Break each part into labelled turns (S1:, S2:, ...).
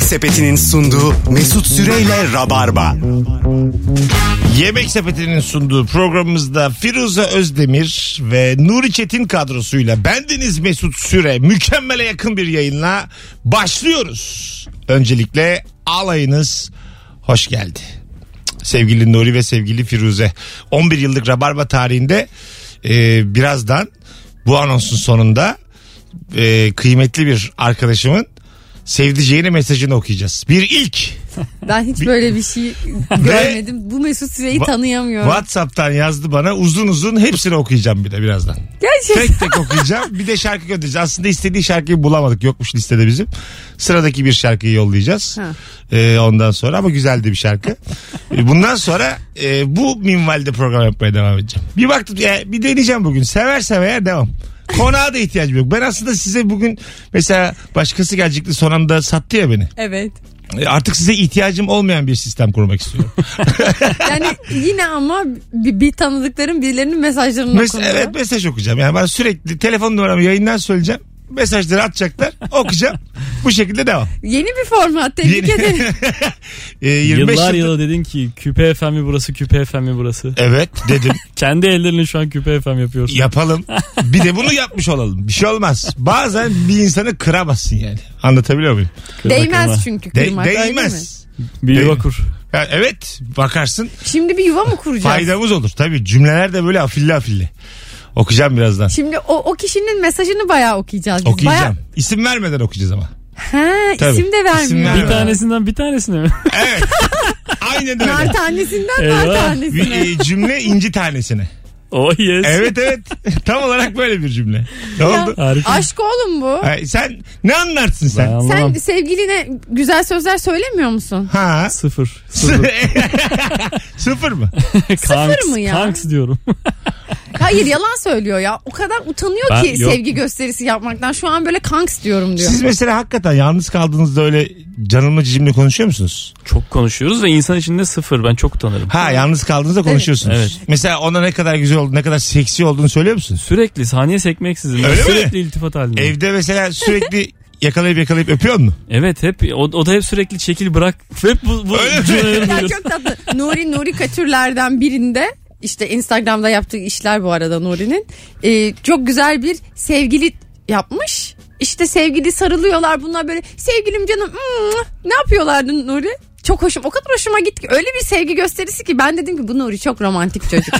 S1: Sepeti'nin sunduğu Mesut Süreyle Rabarba.
S2: Yemek Sepeti'nin sunduğu programımızda Firuze Özdemir ve Nuri Çetin kadrosuyla bendeniz Mesut Süre mükemmele yakın bir yayınla başlıyoruz. Öncelikle alayınız hoş geldi. Sevgili Nuri ve sevgili Firuze 11 yıllık Rabarba tarihinde e, birazdan bu anonsun sonunda e, kıymetli bir arkadaşımın sevdiceğine mesajını okuyacağız. Bir ilk
S3: Ben hiç böyle bir şey görmedim. Bu Mesut Süre'yi
S2: Va-
S3: tanıyamıyorum.
S2: WhatsApp'tan yazdı bana uzun uzun hepsini okuyacağım bir de birazdan.
S3: Gerçekten.
S2: Tek tek okuyacağım. Bir de şarkı göndereceğiz. Aslında istediği şarkıyı bulamadık. Yokmuş listede bizim. Sıradaki bir şarkıyı yollayacağız.
S3: Ha.
S2: Ee, ondan sonra ama güzeldi bir şarkı. Ee, Bundan sonra e, bu minvalde program yapmaya devam edeceğim. Bir baktım ya, bir deneyeceğim bugün. Seversem eğer devam. Konağa da ihtiyacım yok. Ben aslında size bugün mesela başkası gelecekti son anda sattı ya beni.
S3: Evet.
S2: E, Artık size ihtiyacım olmayan bir sistem kurmak istiyorum.
S3: Yani yine ama bir, bir tanıdıkların birilerinin mesajlarını
S2: Mes-
S3: okunuyor.
S2: evet mesaj okuyacağım. Yani ben sürekli telefon numaramı yayından söyleyeceğim. Mesajları atacaklar. Okuyacağım. Bu şekilde devam.
S3: Yeni bir format. Tebrik
S2: Yeni-
S3: ederim.
S2: E, 25
S4: Yıllar
S2: yıldır-
S4: yılı dedin ki küpe FM mi burası küpe FM mi burası.
S2: Evet dedim
S4: Kendi ellerinle şu an küpe FM yapıyorsun.
S2: yapalım. Bir de bunu yapmış olalım. Bir şey olmaz. Bazen bir insanı kıramazsın yani. Anlatabiliyor muyum?
S4: Kırma kırma.
S3: Değmez çünkü
S2: De-
S3: kırmak. öyle mi?
S2: değmez.
S4: Bir yuva
S2: Değil.
S4: kur.
S2: Ya evet bakarsın
S3: Şimdi bir yuva mı kuracağız?
S2: faydamız olur. Tabii cümleler de böyle afilli afilli. Okuyacağım birazdan.
S3: Şimdi o, o kişinin mesajını bayağı okuyacağız. biz.
S2: Okuyacağım. İsim vermeden okuyacağız ama.
S3: Bayağı... He,
S2: Tabii.
S3: isim de
S2: İsim
S3: vermiyor.
S2: vermiyor.
S4: Bir tanesinden bir tanesine mi?
S2: Evet. Aynen öyle.
S3: Nar tanesinden
S4: Eyvah.
S3: nar
S2: Bir,
S3: tanesine.
S2: e, cümle inci tanesine.
S4: oh yes.
S2: Evet evet. Tam olarak böyle bir cümle. Ne oldu?
S4: Harika.
S3: Aşk oğlum bu.
S2: Ay, sen ne anlarsın
S4: Ben
S2: sen?
S4: anlamam.
S3: Sen sevgiline güzel sözler söylemiyor musun?
S2: Ha.
S4: Sıfır. Sıfır.
S2: Sıfır mı?
S4: Kanks,
S3: mı ya?
S4: Kanks diyorum.
S3: Hayır yalan söylüyor ya. O kadar utanıyor
S4: Ben-
S3: ki
S4: yok.
S3: sevgi gösterisi yapmaktan. Şu an böyle kanks diyorum diyor.
S2: Siz mesela hakikaten yalnız kaldığınızda öyle canımla cicimle konuşuyor musunuz?
S4: Çok konuşuyoruz ve insan içinde sıfır. Ben çok utanırım.
S2: Ha yalnız kaldığınızda konuşuyorsunuz.
S4: Evet.
S2: Mesela ona ne kadar güzel olduğunu, ne kadar seksi olduğunu söylüyor musunuz?
S4: Sürekli saniye sekmeksizim. Ben
S2: Öyle mi?
S4: sürekli iltifat halinde.
S2: Evde mesela sürekli yakalayıp yakalayıp öpüyor mu?
S4: Evet hep o, o da hep sürekli çekil bırak. Hep bu, bu
S2: Öyle mi?
S4: cümleleri
S3: Ya
S4: duyuyoruz.
S3: çok tatlı. Nuri Nuri Katürler'den birinde işte Instagram'da yaptığı işler bu arada Nuri'nin. Ee, çok güzel bir sevgili yapmış. İşte sevgili sarılıyorlar bunlar böyle sevgilim canım mm, ne yapıyorlardı Nuri? Çok hoşum o kadar hoşuma gitti ki öyle bir sevgi gösterisi ki ben dedim ki bu Nuri çok romantik çocuk.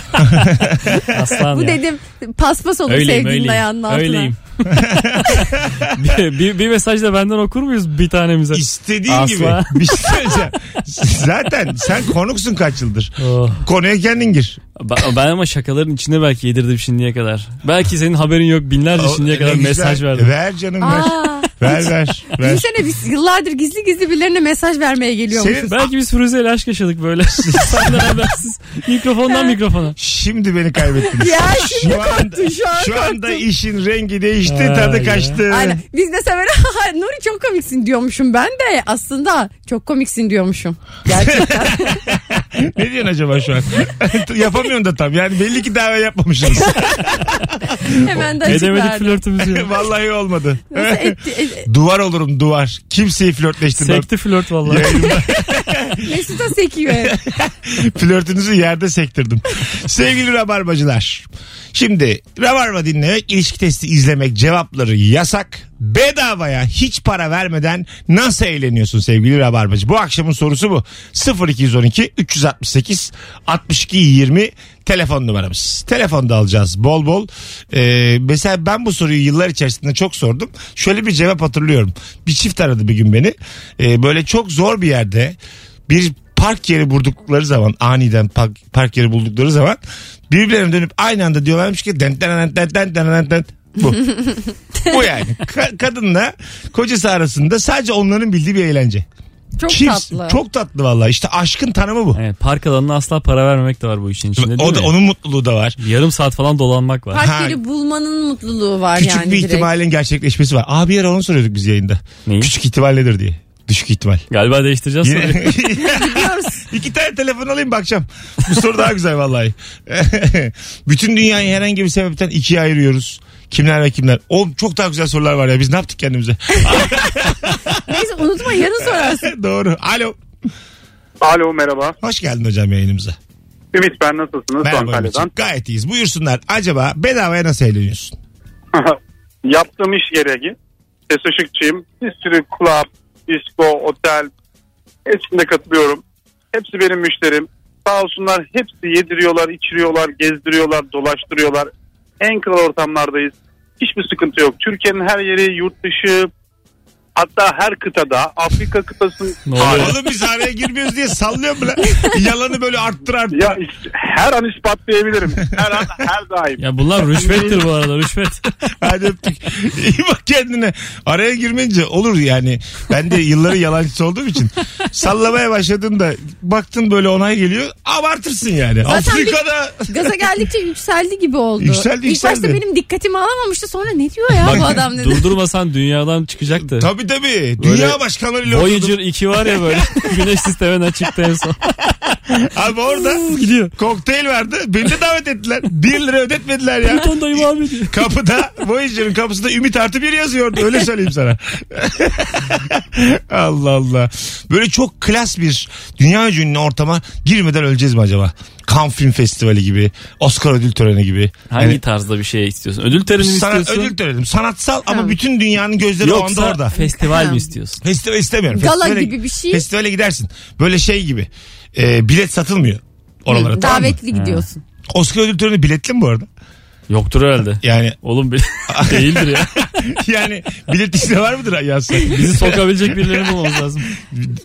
S4: Aslan
S3: bu
S4: ya.
S3: dedim paspas olur sevgilinin ayağının altına.
S4: Öyleyim. bir, bir, bir mesaj da benden okur muyuz bir tanemize?
S2: İstediğin
S4: Asla.
S2: gibi. Bir şey söyleyeceğim. Zaten sen konuksun kaç yıldır.
S4: Oh.
S2: Konuya kendin gir.
S4: Ba- Ben ama şakaların içine belki yedirdim şimdiye kadar. Belki senin haberin yok binlerce
S2: O-
S4: şimdiye
S2: ne
S4: kadar
S2: güzel.
S4: mesaj verdim.
S2: Ver canım ver.
S3: Aa,
S2: Ver ver. ver.
S3: düşünsene biz yıllardır gizli gizli birilerine mesaj vermeye geliyormuşuz.
S2: Senin
S4: Belki biz Firuze ile aşk yaşadık böyle. Senden habersiz. Mikrofondan mikrofona.
S2: Şimdi beni kaybettiniz.
S3: Ya şimdi
S2: şu anda,
S3: korktun, şu an
S2: anda
S3: korktun.
S2: işin rengi değişti,
S4: Ay
S2: tadı
S4: ya.
S2: kaçtı.
S3: Aynen. Biz de sever Nuri çok komiksin diyormuşum ben de aslında çok komiksin diyormuşum. Gerçekten.
S2: Ne diyorsun acaba şu an? Yapamıyorsun da tam. Yani belli ki dava yapmamışsınız.
S3: Hemen de
S4: Ne demedik
S3: açıklardım.
S4: flörtümüzü.
S2: Vallahi olmadı.
S3: Nasıl etti, e-
S2: duvar olurum duvar. Kimseyi flörtleştirmem.
S4: Sekti flört vallahi.
S2: Yayınımda
S3: Mesut'a sekiyor.
S2: flörtünüzü yerde sektirdim. Sevgili Rabarbacılar. Şimdi Rabarba dinlemek, ilişki testi izlemek, cevapları yasak. Bedavaya hiç para vermeden nasıl eğleniyorsun sevgili Rabarbacı? Bu akşamın sorusu bu. 0212 368 62 20 telefon numaramız. Telefonda alacağız bol bol. Ee, mesela ben bu soruyu yıllar içerisinde çok sordum. Şöyle bir cevap hatırlıyorum. Bir çift aradı bir gün beni. Ee, böyle çok zor bir yerde bir park yeri buldukları zaman aniden park, park yeri buldukları zaman birbirlerine dönüp aynı anda diyorlarmış ki den den den den den den den bu. bu yani. Ka- kadınla kocası arasında sadece onların bildiği bir eğlence.
S3: Çok
S2: Çift-
S3: tatlı.
S2: Çok tatlı valla. İşte aşkın tanımı bu.
S4: Evet, park alanına asla para vermemek de var bu işin içinde değil
S2: o da,
S4: mi?
S2: onun mutluluğu da var.
S4: Yarım saat falan dolanmak var.
S3: Park
S2: Ha.
S3: yeri bulmanın mutluluğu var
S2: Küçük
S3: yani
S2: bir
S3: direkt.
S2: ihtimalin gerçekleşmesi var. Abi yer onu soruyorduk biz yayında.
S4: Neyi?
S2: Küçük ihtimal nedir diye. Düşük ihtimal.
S4: Galiba değiştireceğiz soruyu.
S2: Yine... İki tane telefon alayım bakacağım. Bu soru daha güzel vallahi. Bütün dünyayı herhangi bir sebepten ikiye ayırıyoruz. Kimler ve kimler? Oğlum çok daha güzel sorular var ya. Biz ne yaptık kendimize?
S3: Neyse unutma yarın sorarsın.
S2: Doğru. Alo.
S5: Alo merhaba.
S2: Hoş geldin hocam yayınımıza.
S5: Ümit ben nasılsınız?
S2: Merhaba
S5: Antalya'dan.
S2: Ümit'ciğim. Gayet iyiyiz. Buyursunlar. Acaba bedavaya nasıl eğleniyorsun?
S5: Yaptığım iş gereği ses ışıkçıyım. Bir sürü club, disco, otel hepsinde katılıyorum. Hepsi benim müşterim. Sağ olsunlar hepsi yediriyorlar, içiriyorlar, gezdiriyorlar, dolaştırıyorlar. En kral ortamlardayız. Hiçbir sıkıntı yok. Türkiye'nin her yeri yurt dışı hatta her kıtada Afrika kıtasının
S4: Ne oluyor?
S2: Oğlum biz araya girmiyoruz diye sallıyor mu lan? Yalanı böyle arttır arttır.
S5: ya is- her an ispatlayabilirim. Her an her daim.
S4: Ya bunlar rüşvettir bu arada rüşvet.
S2: Hadi öptük. İyi bak kendine. Araya girmeyince olur yani. Ben de yılları yalancısı olduğum için. Sallamaya başladığında baktın böyle onay geliyor. Abartırsın yani.
S3: Zaten bir-
S2: Afrika'da
S3: Gaza geldikçe yükseldi gibi oldu.
S2: Yükseldi,
S3: İlk başta
S2: yükseldi.
S3: benim dikkatimi alamamıştı. Sonra ne diyor ya bu adam dedi.
S4: Durdurmasan dünyadan çıkacaktı.
S2: Tabii tabii. Dünya
S4: Böyle
S2: başkanlarıyla oturdum.
S4: Voyager 2 var ya böyle. Güneş sisteminden çıktı en son.
S2: Abi orada
S4: Gidiyor.
S2: kokteyl vardı. Beni de davet ettiler. 1 lira ödetmediler ya.
S4: Ton dayım abi diyor.
S2: Kapıda Voyager'ın kapısında Ümit artı bir yazıyordu. Öyle söyleyeyim sana. Allah Allah. Böyle çok klas bir dünya ünlü ortama girmeden öleceğiz mi acaba? Cannes Film Festivali gibi, Oscar ödül töreni gibi.
S4: Hangi
S2: Yani
S4: tarzda bir şey istiyorsun? Ödül töreni mi
S2: sanat
S4: istiyorsun?
S2: ödül töreni. Sanatsal ama
S3: Ha.
S2: bütün dünyanın gözleri o anda
S4: Yoksa
S2: orada.
S4: festival
S3: Ha.
S4: mi istiyorsun?
S2: Festival istemiyorum.
S3: Gala
S2: Festivale-
S3: gibi bir şey.
S2: Festivale gidersin. Böyle şey gibi. Ee, bilet satılmıyor oralara. tamam mı?
S3: Davetli gidiyorsun.
S2: Oscar ödül töreni biletli mi bu arada?
S4: Yoktur herhalde.
S2: Yani
S4: Oğlum bile değildir ya.
S2: yani bilet işte var mıdır yazsa?
S4: Bizi sokabilecek birilerini bulmamız lazım.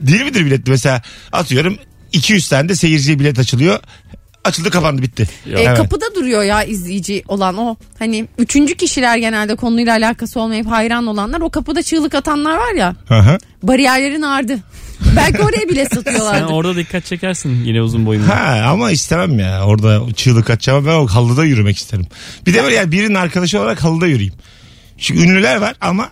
S2: Değil midir biletli mesela atıyorum 200 tane de seyirciye bilet açılıyor. Açıldı kapandı bitti.
S4: Yok.
S3: E,
S2: Evet.
S3: Kapıda duruyor ya izleyici olan o. Hani üçüncü kişiler genelde konuyla alakası olmayıp hayran olanlar. O kapıda çığlık atanlar var ya.
S2: Hı hı.
S3: Bariyerlerin ardı. Belki oraya bile
S4: Sen
S3: satıyorlardı.
S4: orada dikkat çekersin yine uzun boyunlu.
S2: Ha ama istemem ya orada çığlık atacağım ben o halıda yürümek isterim. Bir de böyle yani birinin arkadaşı olarak halıda yürüyeyim. Çünkü ünlüler var ama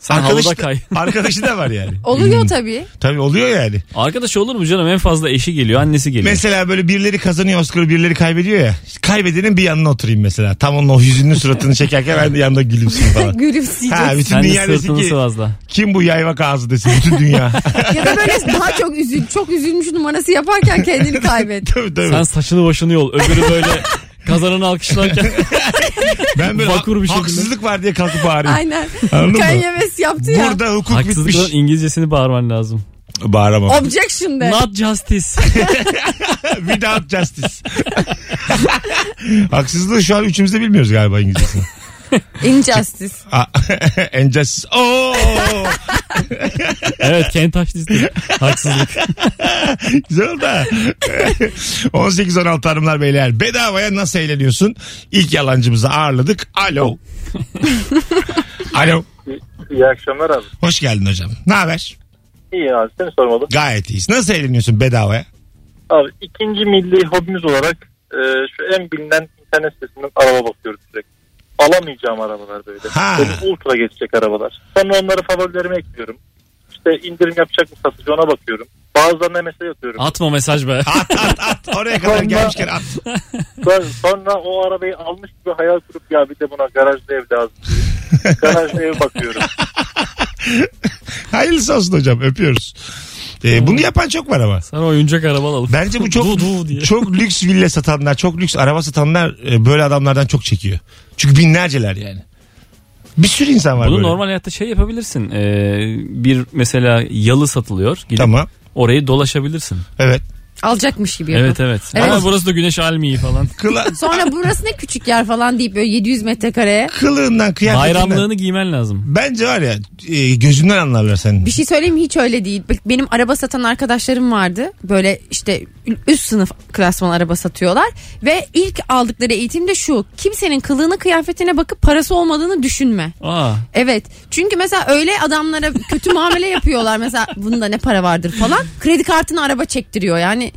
S4: Sen
S2: arkadaşı
S4: halıda
S2: da,
S4: kay.
S2: arkadaşı da var yani.
S3: Oluyor tabii.
S2: Tabii oluyor yani.
S4: Arkadaş olur mu canım? En fazla eşi geliyor, annesi geliyor.
S2: Mesela böyle birileri kazanıyor Oscar'ı birileri kaybediyor ya. Kaybedenin bir yanına oturayım mesela. Tam onun o yüzünü suratını çekerken ben de yanında gülümseyeyim falan. Ha,
S3: Gülümseyeceğiz.
S2: bütün
S4: Sen de
S2: dünya desin
S4: sırtını
S2: ki
S4: sıvazla.
S2: kim bu yayvak ağzı desin bütün dünya.
S3: ya da böyle daha çok üzül, çok üzülmüş numarası yaparken kendini kaybet.
S2: tabii tabii.
S4: Sen saçını başını yol. Öbürü böyle kazananı alkışlarken
S2: Ben böyle
S4: Vakur bir şekilde.
S2: haksızlık var diye kalkıp bağırıyorum.
S3: Aynen.
S2: Anladın mı?
S3: Kanye West yaptı ya.
S2: Burada hukuk
S4: haksızlıkların
S2: bitmiş.
S4: İngilizcesini bağırman lazım.
S2: Bağıramam.
S3: Objection de.
S4: Not justice.
S2: Without justice. Haksızlığı şu an üçümüz de bilmiyoruz galiba İngilizcesini.
S3: Injustice.
S2: Ah, And justice. Oo!
S4: evet Kentaş dizisi. Haksızlık.
S2: Güzel oldu ha. 18-16 hanımlar beyler. Bedavaya nasıl eğleniyorsun? İlk yalancımızı ağırladık. Alo. Alo.
S6: İyi akşamlar abi.
S2: Hoş geldin hocam. Ne haber?
S6: İyi abi seni sormalı.
S2: Gayet iyiyiz. Nasıl eğleniyorsun bedavaya?
S6: Abi ikinci milli hobimiz olarak e, şu en bilinen internet sitesinden araba bakıyoruz sürekli. Alamayacağım arabalar böyle.
S2: Ha.
S6: Böyle ultra geçecek arabalar. Sonra onları favorilerime ekliyorum. İşte indirim yapacak mı satıcı ona bakıyorum. Bazılarına mesaj atıyorum.
S4: Atma mesaj be.
S2: At at at. Oraya kadar
S6: Sonra-
S2: gelmişken at.
S6: Sonra- Sonra o arabayı almış gibi hayal kurup ya bir de buna garajlı ev lazım. diye. garajlı ev bakıyorum.
S2: Hayırlısı olsun hocam öpüyoruz. Ee, bunu yapan çok var ama.
S4: Sana oyuncak araba alalım.
S2: Bence bu çok
S4: Du, du diye.
S2: çok lüks villa satanlar, çok lüks araba satanlar e, böyle adamlardan çok çekiyor. Çünkü binlerceler yani. Bir sürü insan var
S4: Bunu
S2: böyle.
S4: normal hayatta şey yapabilirsin. Ee, bir mesela yalı satılıyor. Gidip
S2: Tamam.
S4: Orayı dolaşabilirsin.
S2: Evet.
S3: Alacakmış gibi yapıyor.
S4: Evet, evet
S3: Evet.
S4: Ama burası da güneş almiyor falan.
S2: Kıla,
S3: Sonra burası ne küçük yer falan deyip böyle 700 metrekareye.
S2: kılığından, kıyafetinden.
S4: Bayramlığını giymen lazım.
S2: Bence var ya e, gözünden anlarlar senin.
S3: Bir şey söyleyeyim mi? hiç öyle değil. Benim araba satan arkadaşlarım vardı. Böyle işte üst sınıf klasman araba satıyorlar. Ve ilk aldıkları eğitim de şu. Kimsenin kılığına kıyafetine bakıp parası olmadığını düşünme.
S4: Aa.
S3: Evet. Çünkü mesela öyle adamlara kötü muamele yapıyorlar. Mesela bunda ne para vardır falan. Kredi kartına araba çektiriyor yani.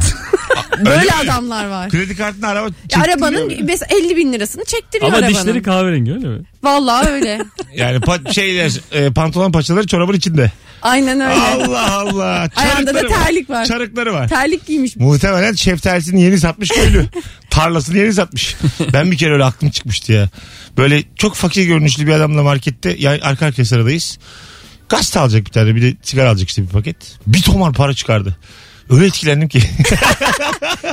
S3: şey- Böyle adamlar var.
S2: Kredi kartına araba
S3: Ya
S2: çektiriyor.
S3: arabanın mesela 50 bin lirasını çektiriyor
S4: Ama
S3: arabanın.
S4: dişleri kahverengi öyle mi?
S3: Vallahi öyle.
S2: Yani pa- şeyler, e, pantolon paçaları çorabın içinde.
S3: Aynen öyle.
S2: Allah Allah.
S3: Ayağında da
S2: Çarıkları var.
S3: terlik var.
S2: Çarıkları var.
S3: Terlik giymiş.
S2: Muhtemelen şeftalisini yeni satmış köylü. Tarlasını yeni satmış. Ben bir kere öyle aklım çıkmıştı ya. Böyle çok fakir görünüşlü bir adamla markette ya arka arkaya sıradayız. Gazete alacak bir tane bir de sigara alacak işte bir paket. Bir tomar para çıkardı. Öyle etkilendim ki.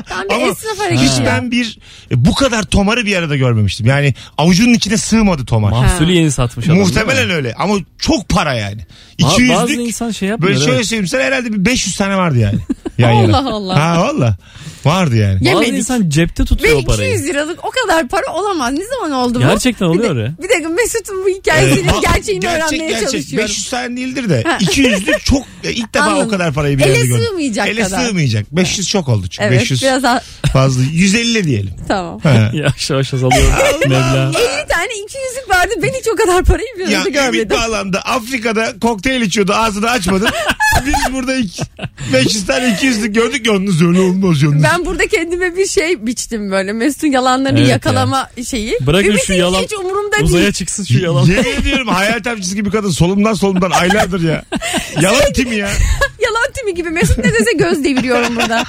S3: Tam bir
S2: Ama
S3: esnaf
S2: Hiç
S3: hareketi ya.
S2: ben bir e, bu kadar tomarı bir arada görmemiştim. Yani avucunun içine sığmadı tomar.
S4: Mahsulü yeni satmış adam.
S2: Muhtemelen öyle ama çok para yani.
S4: Ba-
S2: 200'lük.
S4: bazı insan şey yapmıyor,
S2: Böyle şöyle
S4: evet.
S2: söyleyeyim sana herhalde bir 500 tane vardı yani. Yan yana.
S3: Allah Allah.
S2: Ha valla. Vardı yani.
S3: Ya-
S4: Bazı
S3: Yemedik.
S4: insan cepte
S3: Ve
S4: tutuyor o parayı.
S3: 200 liralık o kadar para olamaz. Ne zaman oldu bu?
S4: Gerçekten
S3: Bir de-
S4: oluyor ya.
S3: Bir dakika Mesut'un bu
S2: Ee,
S3: hikayesinin
S2: ba-
S3: gerçeğini
S2: gerçek,
S3: öğrenmeye
S2: gerçek.
S3: çalışıyorum.
S2: 500 tane değildir de 200'lük çok ilk defa
S3: Anladım.
S2: o kadar parayı bir
S3: Ele
S2: arada gördüm.
S3: sığmayacak
S2: Ele
S3: kadar.
S2: sığmayacak. 500 çok oldu çünkü.
S3: Evet
S2: 500
S3: biraz daha
S2: fazla. 150 diyelim.
S3: tamam.
S2: Ha.
S4: Yavaş yavaş azalıyor meblağ.
S3: 50 tane 200'lük vardı. Ben hiç o kadar parayı bir
S2: Ya
S3: arada
S2: Ümit
S3: görmedim.
S2: Bağlam'da Afrika'da kokteyl içiyordu ağzını açmadı. Biz burada iki- 500 tane 200'lük gördük yalnız öyle olmaz yalnız.
S3: Ben burada kendime bir şey biçtim böyle. Mesut'un yalanlarını
S4: Evet
S3: yakalama şeyi.
S4: Bırakın
S3: Ümit'in
S4: şu yalan
S3: Hiç umurumda
S4: Uzaya
S3: değil.
S4: çıksın şu yalan.
S2: Yemin ediyorum hayal tapçısı gibi kadın solumdan solumdan aylardır ya.
S3: Şey-
S2: Yalan kim ya?
S3: Yalan timi gibi. Mesut ne dese göz deviriyorum burada.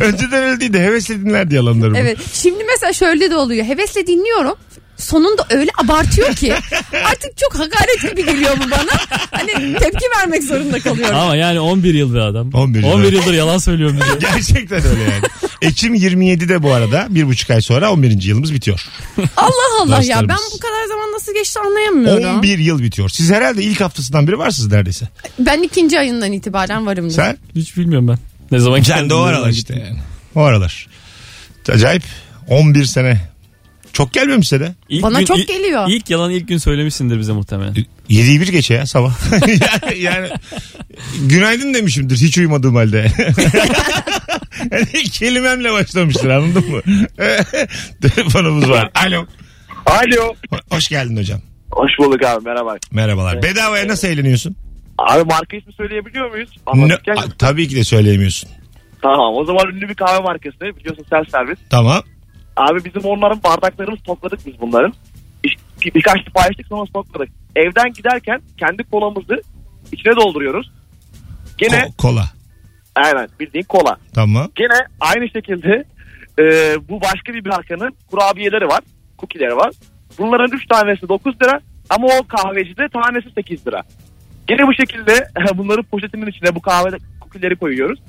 S2: Önceden öyle değildi. Hevesle dinlerdi yalanlarımı.
S3: Evet. Şimdi mesela şöyle de oluyor. Hevesle dinliyorum. Sonunda öyle abartıyor ki artık çok hakaret gibi geliyor bu bana. Hani tepki vermek zorunda kalıyorum.
S4: Ama yani 11 yıl bir adam.
S2: 11 yıl.
S4: yıldır yalan söylüyorum bize.
S2: Gerçekten öyle yani. Ekim 27'de bu arada bir buçuk ay sonra 11. yılımız bitiyor.
S3: Allah Allah ya ben
S2: Dostlarımız.
S3: bu kadar zaman nasıl geçti anlayamıyorum.
S2: 11 yıl bitiyor. Siz herhalde ilk haftasından biri varsınız neredeyse.
S3: Ben ikinci ayından itibaren varım.
S2: Sen?
S4: Hiç bilmiyorum ben. Ne zaman
S2: Sen de o
S4: geldim,
S2: aralar
S4: bilmiyorum.
S2: işte yani. O aralar. Acayip. 11 sene. Çok gelmiyor mu size de?
S4: İlk
S3: Bana çok
S4: ilk-
S3: geliyor.
S4: İlk yalan ilk gün söylemişsindir bize muhtemelen.
S2: 7'yi bir geçe ya sabah. yani, yani günaydın demişimdir hiç uyumadığım halde. yani kelimemle başlamıştır anladın mı? Telefonumuz var. Alo.
S5: Alo.
S2: Ho- Hoş geldin hocam.
S5: Hoş bulduk abi merhaba.
S2: Merhabalar. Bedavaya nasıl eğleniyorsun?
S5: Abi marka ismi söyleyebiliyor muyuz?
S2: Ne-
S5: Anlatırken-
S2: A- tabii ki de söyleyemiyorsun.
S5: Tamam o zaman ünlü bir kahve markası biliyorsun self servis.
S2: Tamam.
S5: Abi bizim onların bardaklarımız topladık biz bunların. İş- Birkaç paylaştık sonra topladık. Evden giderken kendi kolamızı içine dolduruyoruz. Gene
S2: Ko- kola.
S5: aynen bildiğin kola.
S2: Tamam.
S5: Gene aynı şekilde e, bu başka bir markanın kurabiyeleri var. Kukileri var. Bunların 3 tanesi 9 lira ama o kahvecide tanesi 8 lira. Gene bu şekilde bunların poşetinin içine bu kahve kukileri koyuyoruz.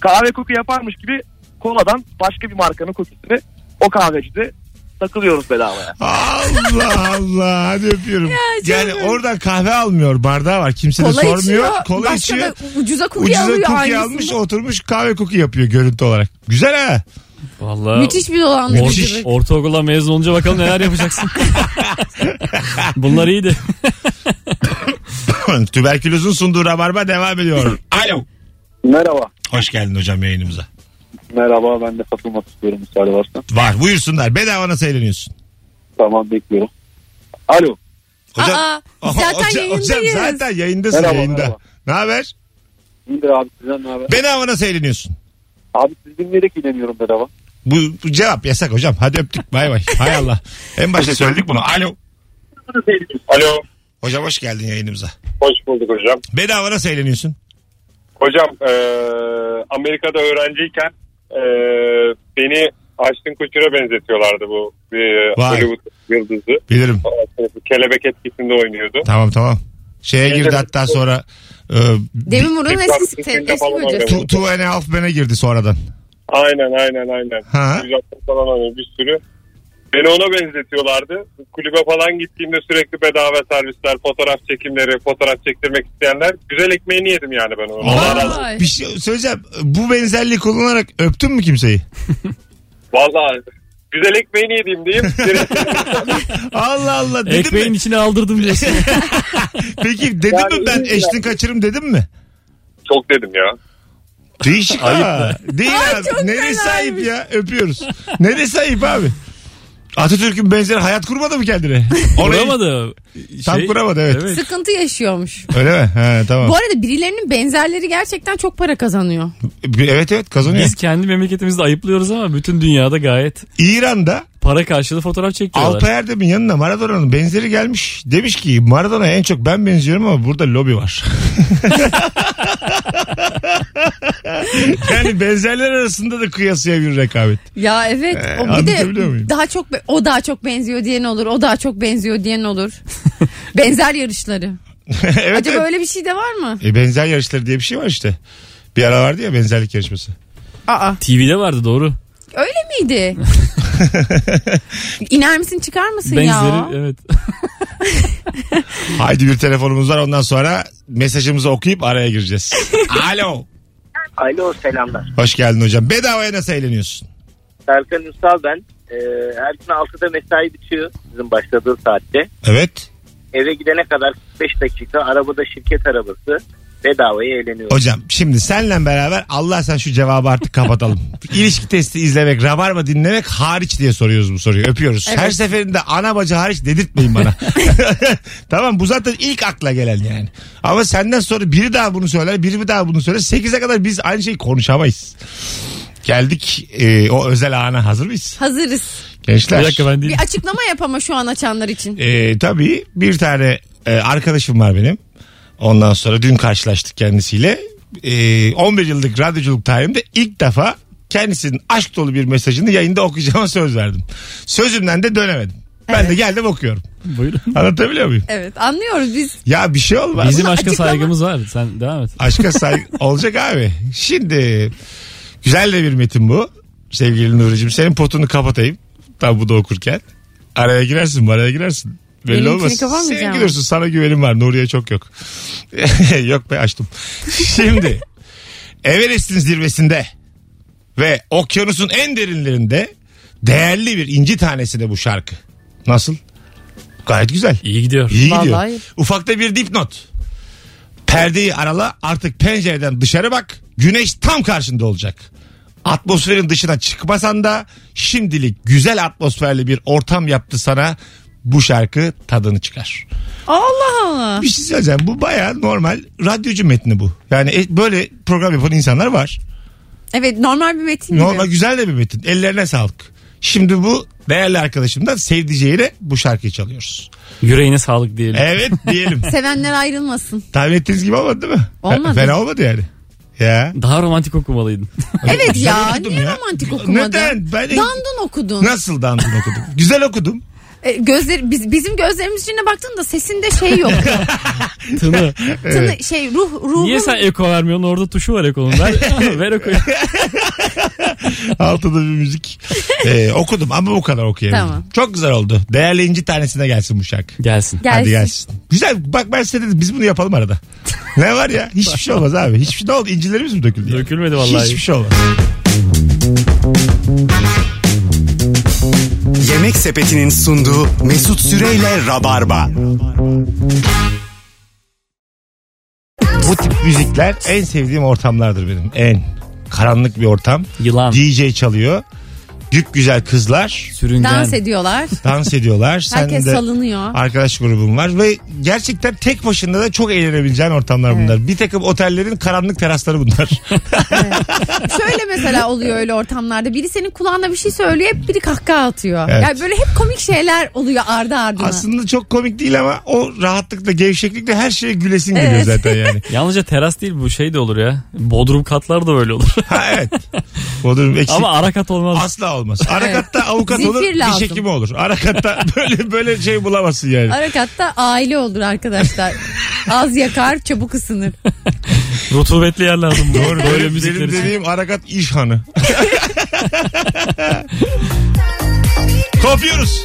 S5: Kahve kuki yaparmış gibi koladan başka bir markanın kukisini o kahvecide takılıyoruz bedavaya.
S2: Allah Allah. Hadi öpüyorum.
S3: canım.
S2: yani oradan kahve almıyor. Bardağı var. Kimse de
S3: Kola
S2: sormuyor.
S3: içiyor.
S2: kola
S3: başka
S2: içiyor.
S3: da ucuza kuki alıyor.
S2: Ucuza kuki
S3: aynısını.
S2: almış oturmuş kahve kuki yapıyor görüntü olarak. Güzel ha.
S4: Vallahi
S3: Müthiş bir
S4: Or-
S3: dolandırıcılık.
S4: Ortaokuldan mezun olunca bakalım neler yapacaksın. Bunlar iyiydi.
S2: Tüberkülozun sunduğu rabarba devam ediyor. Alo.
S6: Merhaba.
S2: Hoş geldin hocam yayınımıza.
S6: Merhaba ben de katılmak istiyorum müsaade varsa.
S2: Var buyursunlar. Bedava nasıl eğleniyorsun?
S6: Tamam bekliyorum. Alo.
S3: Aa, zaten yayındayız.
S2: Hocam zaten yayındasın
S6: Merhaba,
S2: yayında.
S6: merhaba.
S2: Ne haber?
S6: İyidir abi sizden ne haber?
S2: Bedava nasıl eğleniyorsun?
S6: Abi siz dinleyerek inemiyorum bedava.
S2: Bu, bu cevap yasak hocam. Hadi öptük. Bay bay. Hay Allah. En başta söyledik bunu. Alo.
S5: Alo
S2: Hocam hoş geldin yayınımıza.
S5: hoş bulduk hocam.
S2: Bedava nasıl eğleniyorsun?
S5: Hocam e, Amerika'da öğrenciyken e, beni Ashton Kutcher'a benzetiyorlardı bu e,
S2: Vay.
S5: Hollywood yıldızı.
S2: Bilirim.
S5: Kelebek etkisinde oynuyordu.
S2: Tamam tamam. Şeye girdi hatta sonra e,
S3: Demi Moore'un
S5: Tekrar
S3: eski,
S5: bir
S3: te-
S5: filmde
S3: eski
S5: falan
S3: kocası.
S2: two, two and a half men'e girdi sonradan.
S5: Aynen aynen aynen.
S2: Ha.
S5: Güzel falan oynuyor bir sürü. Beni ona benzetiyorlardı. Kulübe falan gittiğimde sürekli bedava servisler, fotoğraf çekimleri, fotoğraf çektirmek isteyenler. Güzel ekmeğini yedim yani ben onu.
S2: Allah
S3: Vay.
S2: razı Bir şey söyleyeceğim. Bu benzerliği kullanarak öptün mü kimseyi?
S5: Vallahi güzel ekmeğini yedim diyeyim. direkt-
S2: Allah Allah dedim
S4: Ekmeğin
S2: mi?
S4: içine aldırdım diyorsun.
S2: Peki dedim mi ben eştin kaçırım dedim mi?
S5: Çok dedim ya.
S2: Değişik ayıp ha. Değil
S3: Ay,
S2: abi.
S3: çok
S2: Neresi
S3: fenaymış.
S2: ayıp ya? Öpüyoruz. Neresi ayıp abi? Atatürk'ün benzeri hayat kurmadı mı kendine?
S4: Kuramadı.
S2: Tam
S4: Şey-
S2: kuramadı evet.
S4: Evet.
S3: Sıkıntı yaşıyormuş.
S2: Öyle mi? He, tamam.
S3: Bu arada birilerinin benzerleri gerçekten çok para kazanıyor.
S2: Evet evet kazanıyor.
S4: Biz kendi memleketimizde ayıplıyoruz ama bütün dünyada gayet
S2: İran'da
S4: para karşılığı fotoğraf çekiyorlar.
S2: Alpay Erdem'in yanına Maradona'nın benzeri gelmiş. Demiş ki Maradona'ya en çok ben benziyorum ama burada lobi var. yani benzerler arasında da kıyasıya bir rekabet.
S3: Ya evet.
S2: Ee,
S3: o bir
S2: anlatabiliyor muyum?
S3: de daha çok be- o daha çok benziyor diyen olur. O daha çok benziyor diyen olur. Benzer yarışları.
S2: evet,
S3: Acaba
S2: evet.
S3: öyle bir şey de var mı?
S2: E, benzer yarışları diye bir şey var işte. Bir ara vardı ya benzerlik yarışması.
S3: Aa
S4: TV'de vardı doğru.
S3: öyle miydi? İner misin çıkar mısın ya?
S4: Benzeri e, evet.
S2: Haydi bir telefonumuz var ondan sonra mesajımızı okuyup araya gireceğiz. Alo.
S7: Alo selamlar.
S2: Hoş geldin hocam. Bedavaya nasıl eğleniyorsun?
S7: Serkan Ünsal ben. Ee, her gün 6'da mesai bitiyor sizin başladığı saatte.
S2: Evet.
S7: Eve gidene kadar 45 dakika arabada şirket arabası bedavaya eğleniyorum.
S2: Hocam şimdi senle beraber Allah sen şu cevabı artık kapatalım. İlişki testi izlemek, rabarba dinlemek hariç diye soruyoruz bu soruyu. Öpüyoruz.
S3: Evet.
S2: Her seferinde ana bacı hariç dedirtmeyin bana. tamam bu zaten ilk akla gelen yani. Ama senden sonra biri daha bunu söyler, biri bir daha bunu söyler. 8'e kadar biz aynı şeyi konuşamayız. Geldik e, o özel ana hazır mıyız?
S3: Hazırız.
S2: Gençler.
S4: Bir dakika ben değilim.
S3: Bir açıklama yap ama şu an açanlar için.
S2: Ee, tabii bir tane e, arkadaşım var benim. Ondan sonra dün karşılaştık kendisiyle. Ee, 11 yıllık radyoculuk tarihimde ilk defa kendisinin aşk dolu bir mesajını yayında okuyacağıma söz verdim. Sözümden de dönemedim. Ben de geldim okuyorum.
S4: Buyurun.
S2: Anlatabiliyor muyum?
S3: Evet anlıyoruz biz.
S2: Ya bir şey olmaz.
S4: Bizim
S3: Bunu
S4: aşka
S3: açıklama-
S4: saygımız var. Sen devam et.
S2: Aşka saygı olacak abi. Şimdi güzel de bir metin bu. Sevgili Nuri'cim senin potunu kapatayım. Tam bu da okurken. Araya girersin bu araya girersin. Belli
S3: Benimkini
S2: olmaz.
S3: kapamayacağım.
S2: Senin giriyorsun sana güvenim var. Nuri'ye çok yok. yok be açtım. Şimdi Everest'in zirvesinde ve okyanusun en derinlerinde değerli bir inci tanesi de bu şarkı. Nasıl? Gayet güzel.
S4: İyi gidiyor.
S2: İyi
S3: Vallahi
S2: gidiyor.
S3: iyi.
S2: Ufakta bir dipnot. Perdeyi arala artık pencereden dışarı bak. Güneş tam karşında olacak. Atmosferin dışına çıkmasan da şimdilik güzel atmosferli bir ortam yaptı sana bu şarkı tadını çıkar.
S3: Allah Allah.
S2: Bir şey söyleyeceğim bu baya normal radyocu metni bu. Yani e- böyle program yapan insanlar var.
S3: Evet normal bir metin gibi.
S2: Normal güzel de bir metin ellerine sağlık. Şimdi bu değerli arkadaşımdan sevdiceğiyle bu şarkıyı çalıyoruz.
S4: Yüreğine sağlık diyelim.
S2: Evet diyelim.
S3: Sevenler ayrılmasın.
S2: Tahmin ettiğiniz gibi olmadı değil mi?
S3: Olmadı.
S2: Fena olmadı yani. Ya.
S4: Daha romantik okumalıydın.
S3: Evet
S2: Güzel
S3: ya
S2: okudum
S3: niye
S2: ya.
S3: romantik okumadın?
S2: Neden? Ben-
S3: Dandun okudun.
S2: Nasıl dandın okudum? Güzel okudum.
S3: E, gözleri, biz, bizim gözlerimiz içine baktığında sesinde şey yok.
S4: Tını.
S3: Tını, şey ruh ruhun
S4: Niye sen eko vermiyorsun? Orada tuşu var ekonun. Ver, ver ekoyu.
S2: Altında bir müzik. Ee, okudum ama bu kadar okuyamadım.
S3: Tamam.
S2: Çok güzel oldu. Değerli inci tanesine gelsin bu şarkı.
S4: Gelsin.
S3: gelsin.
S2: Hadi gelsin. Güzel. Bak ben size dedim biz bunu yapalım arada. ne var ya? Hiçbir şey olmaz abi. Hiçbir şey ne oldu? İncilerimiz mi döküldü? ya?
S4: Dökülmedi vallahi.
S2: Hiçbir şey olmaz.
S1: Yemek Sepeti'nin sunduğu Mesut Süreyle Rabarba.
S2: Bu tip müzikler en sevdiğim ortamlardır benim. En karanlık bir ortam.
S4: Yılan.
S2: DJ çalıyor. Güp güzel kızlar
S4: Sürüngen.
S3: Dans ediyorlar.
S2: dans ediyorlar. Sen
S3: Herkes
S2: de-
S3: salınıyor.
S2: arkadaş grubum var ve gerçekten tek başına da çok eğlenebileceğin ortamlar bunlar. Bir takım otellerin karanlık terasları bunlar.
S3: Şöyle mesela oluyor öyle ortamlarda. Biri senin kulağına bir şey söylüyor hep biri kahkaha atıyor.
S2: Evet.
S3: Yani böyle hep komik şeyler oluyor ardı ardına.
S2: Aslında çok komik değil ama o rahatlıkla, gevşeklikle her şeye gülesin geliyor
S3: Evet.
S2: zaten yani.
S4: Yalnızca teras değil bu şey de olur ya. Bodrum katlar da böyle olur.
S2: Ha evet. Bodrum eksik.
S4: Ama ara kat olmaz.
S2: Asla olmaz. Arakatta avukat
S3: Zifir
S2: olur, diş
S3: lazım.
S2: hekimi olur. Arakatta böyle böyle şey bulamazsın yani.
S3: Arakatta aile olur arkadaşlar. Az yakar çabuk ısınır.
S4: Rutubetli yer lazım.
S2: Doğru.
S4: Doğru. Böyle
S2: benim-
S4: müzikler
S2: benim
S4: için.
S2: dediğim Arakat iş hanı. Kopuyoruz.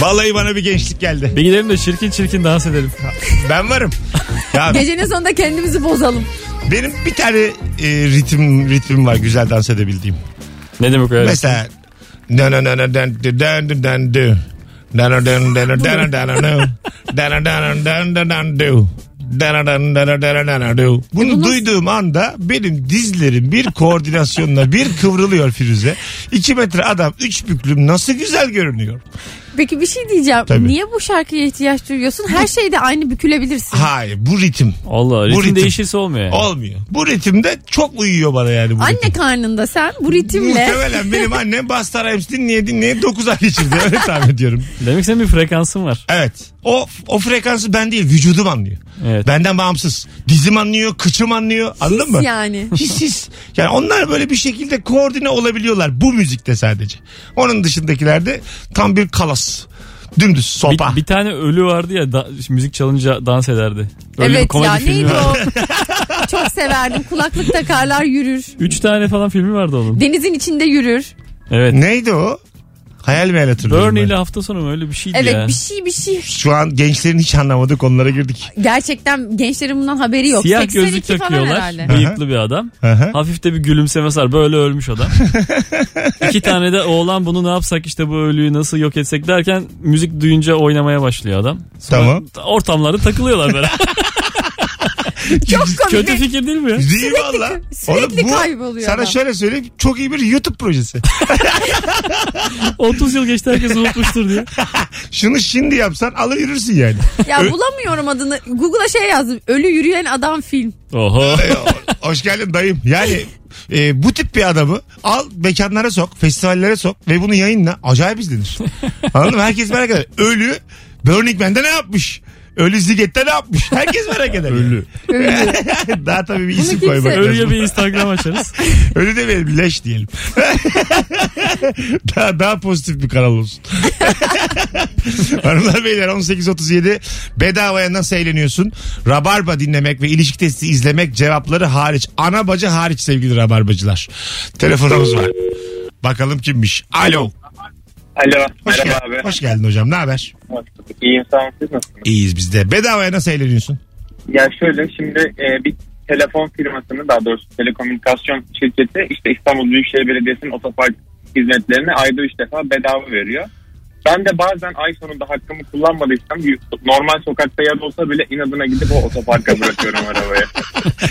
S2: Vallahi bana bir gençlik geldi.
S4: Bir gidelim de çirkin çirkin dans edelim.
S2: Ben varım. Ya
S3: Gecenin sonunda kendimizi bozalım.
S2: benim bir tane e, ritim ritmim var güzel dans edebildiğim.
S4: Ne demek öyle?
S2: Mesela dön dön dön dön dön dön dön dön dön. Dön dön dön dön dön dön dön dön. Dön dön dön dön dön dön. Dön dön dön dön dön dön. Bunu duyduğum anda benim dizlerim bir koordinasyonla bir kıvrılıyor Firuze. 2 metre adam 3 büklüm nasıl güzel görünüyor.
S3: Peki bir şey diyeceğim.
S2: Tabii.
S3: Niye bu şarkıya ihtiyaç duyuyorsun? Her şeyde aynı bükülebilirsin.
S2: Hayır bu ritim
S4: Allah ritim,
S2: ritim.
S4: değişirse olmuyor yani.
S2: olmuyor. Bu ritimde çok uyuyor bana yani bu ritim.
S3: Anne karnında sen bu ritimle
S2: Muhtemelen benim annem Bastar Rhymes dinleye dinleye 9 ay geçirdi. Öyle tahmin ediyorum.
S4: Demek senin bir frekansın var.
S2: Evet. O, o frekansı ben değil vücudum anlıyor.
S4: Evet.
S2: Benden bağımsız. Dizim anlıyor, kıçım anlıyor. Anladın mı?
S3: yani.
S2: His his. Yani onlar böyle bir şekilde koordine olabiliyorlar bu müzikte sadece. Onun dışındakilerde tam bir kalas. Dümdüz sopa.
S4: Bir, bir tane ölü vardı ya da- müzik çalınca dans ederdi. Öyle bir
S3: evet
S4: komedi
S3: ya
S4: filmi
S3: neydi
S4: var.
S3: o? Çok severdim. Kulaklık takarlar yürür.
S4: Üç tane falan filmi vardı onun.
S3: Denizin içinde yürür.
S4: Evet.
S2: Neydi o? Hayal meyal hatırlıyorum.
S4: Bernie
S2: ben.
S4: ile hafta sonu mu? öyle bir şeydi
S3: Evet
S4: ya.
S3: bir şey bir şey.
S2: Şu an gençlerin hiç anlamadığı konulara girdik.
S3: Gerçekten gençlerin bundan haberi yok.
S4: Siyah
S3: 82
S4: gözlük
S3: falan
S4: takıyorlar.
S3: herhalde.
S4: Bıyıklı bir adam.
S2: Aha.
S4: Hafif de bir gülümsemesi var. Böyle ölmüş adam. İki tane de oğlan bunu ne yapsak işte bu ölüyü nasıl yok etsek derken müzik duyunca oynamaya başlıyor adam. Sonra
S2: Tamam.
S4: Ortamlarda takılıyorlar beraber.
S3: Çok komik.
S4: Kötü
S3: ve
S4: fikir değil mi?
S2: Değil valla.
S3: sürekli kayboluyor
S2: Sana
S3: adam.
S2: şöyle söyleyeyim. Çok iyi bir YouTube projesi.
S4: 30 yıl geçti herkes unutmuştur diye.
S2: Şunu şimdi yapsan alır yürürsün yani.
S3: Ya bulamıyorum adını. Google'a şey yazdım. Ölü yürüyen adam film.
S4: Oho.
S2: Ee, Hoş geldin dayım. Yani e, bu tip bir adamı al mekanlara sok, festivallere sok ve bunu yayınla. Acayip izlenir. Anladın mı? Herkes merak eder. Ölü Burning Man'de ne yapmış? Ölü Ziget'te ne yapmış? Herkes merak eder. Ölü. Daha tabii bir isim
S3: kimse-
S2: koymak
S4: Ölüye
S2: lazım.
S4: bir Instagram açarız.
S2: Ölü demeyelim leş diyelim. daha, daha pozitif bir kanal olsun. Hanımlar beyler 18.37 bedavaya nasıl eğleniyorsun? Rabarba dinlemek ve ilişki testi izlemek cevapları hariç. Ana bacı hariç sevgili rabarbacılar. Telefonumuz var. Bakalım kimmiş? Alo.
S6: Alo.
S2: Hoş, gel- hoş geldin hocam. Ne haber?
S6: İyiyim sağ olun. Siz nasılsınız?
S2: İyiyiz biz de. Bedavaya nasıl eğleniyorsun?
S6: Yani şöyle şimdi e, bir telefon firmasını daha doğrusu telekomünikasyon şirketi işte İstanbul Büyükşehir Belediyesi'nin otopark hizmetlerini ayda 3 defa bedava veriyor. Ben de bazen ay sonunda hakkımı kullanmadıysam y- normal sokakta yer olsa bile inadına gidip o otoparka bırakıyorum arabayı.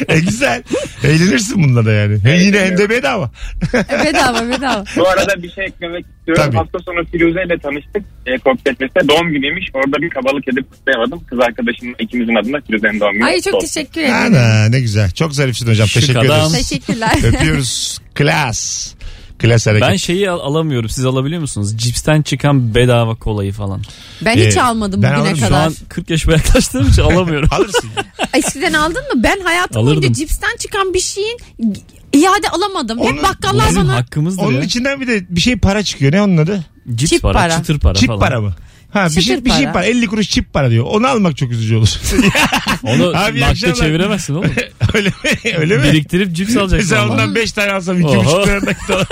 S2: E güzel. Eğlenirsin bunda da yani. Hem yine hem de bedava.
S3: E, Bedava bedava.
S6: Bu arada bir şey eklemek istiyorum.
S2: Tabii.
S6: Hafta sonu Firuze ile tanıştık. E, Koktetmes'te doğum günüymüş. Orada bir kabalık edip kutlayamadım. Kız arkadaşımın ikimizin adına Firuze'nin doğum günü.
S3: Ay
S6: kutlu
S3: çok
S6: olsun.
S3: teşekkür ederim.
S2: Ana ne güzel. Çok zarifsin hocam.
S4: Şık
S2: Teşekkür
S4: adam.
S2: ederiz.
S3: Teşekkürler.
S2: Öpüyoruz. Klas. Klas hareket.
S4: Ben şeyi al- alamıyorum. Siz alabiliyor musunuz? Cipsten çıkan bedava kolayı falan.
S3: Ben
S2: Ee,
S3: hiç almadım
S2: ben
S3: bugüne
S2: alırım. Şu
S4: Şu
S3: kadar.
S4: an 40 yaşıma yaklaştığım için alamıyorum.
S2: Alırsın.
S3: Eskiden aldın mı? Ben hayatım
S4: Alırdım.
S3: boyunca cipsten çıkan bir şeyin iade alamadım.
S2: Onun-
S3: Hep bakkallar
S4: Bizim
S3: bana
S4: hakkımızdır
S2: Onun
S4: ya.
S2: içinden bir de bir şey para çıkıyor. Ne onun adı?
S4: Cips
S3: Çip
S4: para,
S3: para.
S4: çıtır para
S2: Çip
S4: falan.
S2: para mı? Ha bir şey,
S3: Çıtır
S2: bir şey
S3: para.
S2: para 50 kuruş çip para diyor. Onu almak çok üzücü olur.
S4: Onu
S2: Abi
S4: nakde
S2: akşamlar-
S4: çeviremezsin oğlum.
S2: öyle mi? Öyle mi?
S4: Biriktirip cips alacaksın.
S2: Mesela
S4: ondan.
S2: ondan 5 tane alsam
S4: Oho.
S2: 2,5 lira nakit alırım.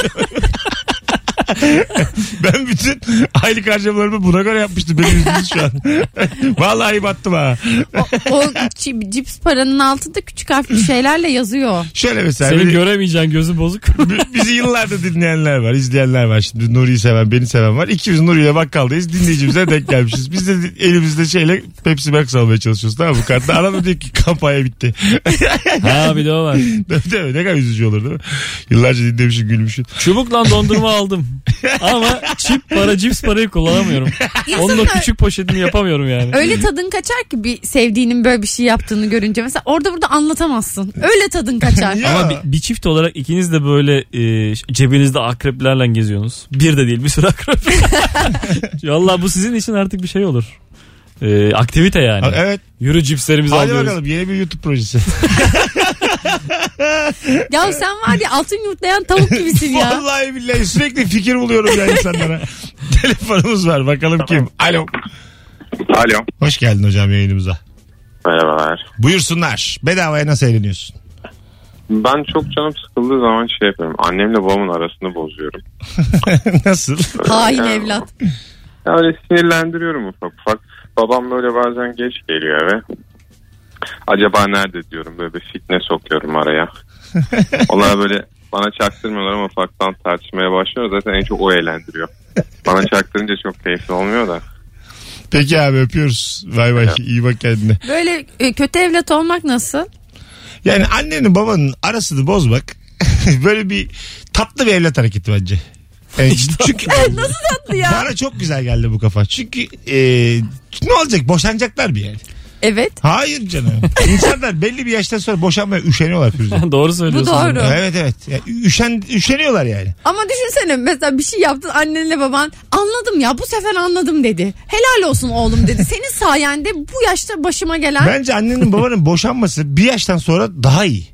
S2: ben bütün aylık harcamalarımı buna göre yapmıştım. Benim yüzümüz şu an. Vallahi battım ha.
S3: o çi- cips paranın altında küçük harfli şeylerle yazıyor.
S2: Şöyle mesela.
S4: Seni
S2: beni-
S4: göremeyeceksin gözün bozuk.
S2: B- Bizi yıllardır dinleyenler var, izleyenler var. Şimdi Nuri'yi seven, beni seven var. İkimiz Nuri'yle bakkaldayız. Dinleyicimize denk gelmişiz. Biz de elimizde şeyle Pepsi Max almaya çalışıyoruz. Tamam mı? Kartla arada diyor ki kampanya bitti.
S4: ha bir de o var.
S2: Değil mi? ne kadar üzücü olur değil mi? Yıllarca dinlemişim, gülmüşüm.
S4: Çubukla dondurma aldım. Ama çip para cips parayı kullanamıyorum. Onun da
S3: İnsanlar-
S4: küçük poşetini yapamıyorum yani.
S3: Öyle tadın kaçar ki bir sevdiğinin böyle bir şey yaptığını görünce. Mesela orada burada anlatamazsın. Öyle tadın kaçar.
S2: Ya.
S4: Ama bir, bir çift olarak ikiniz de böyle e, cebinizde akreplerle geziyorsunuz. Bir de değil bir sürü akrep. Valla bu sizin için artık bir şey olur. E, aktivite yani.
S2: Ha, Evet.
S4: Yürü cipslerimizi
S2: Hadi
S4: alıyoruz.
S2: bakalım yeni bir YouTube projesi.
S3: ya sen var ya altın yumurtlayan tavuk gibisin ya.
S2: Vallahi billahi sürekli fikir buluyorum ya insanlara. Telefonumuz var. Bakalım kim? Alo.
S5: Alo.
S2: Hoş geldin hocam yayınımıza.
S8: Merhabalar.
S2: Buyursunlar. Bedavaya nasıl eğleniyorsun?
S8: Ben çok canım sıkıldığı zaman şey yapıyorum. Annemle babamın arasını bozuyorum.
S2: nasıl?
S3: Hain evlat.
S8: Ya öyle sinirlendiriyorum ufak ufak. Babam böyle bazen geç geliyor eve. Acaba nerede diyorum böyle bir fitne sokuyorum araya. Onlar böyle bana çaktırmıyorlar ama ufaktan tartışmaya başlıyor. Zaten en çok o eğlendiriyor. Bana çaktırınca çok keyifli olmuyor da.
S2: Peki abi öpüyoruz. Vay vay. iyi bak kendine.
S3: Böyle e, kötü evlat olmak nasıl?
S2: Yani annenin babanın arasını bozmak böyle bir tatlı bir evlat hareketi bence. E, çünkü
S3: Nasıl tatlı ya?
S2: bana çok güzel geldi bu kafa. Çünkü e, ne olacak boşanacaklar bir yer.
S3: Evet.
S2: Hayır canım. İnsanlar belli bir yaştan sonra boşanmaya üşeniyorlar Firuze.
S4: doğru söylüyorsun.
S3: Bu doğru.
S2: Evet evet. Ya, üşen, üşeniyorlar yani.
S3: Ama düşünsene mesela bir şey yaptın annenle baban anladım ya bu sefer anladım dedi. Helal olsun oğlum dedi. Senin sayende bu yaşta başıma gelen
S2: Bence annenin babanın boşanması bir yaştan sonra daha iyi.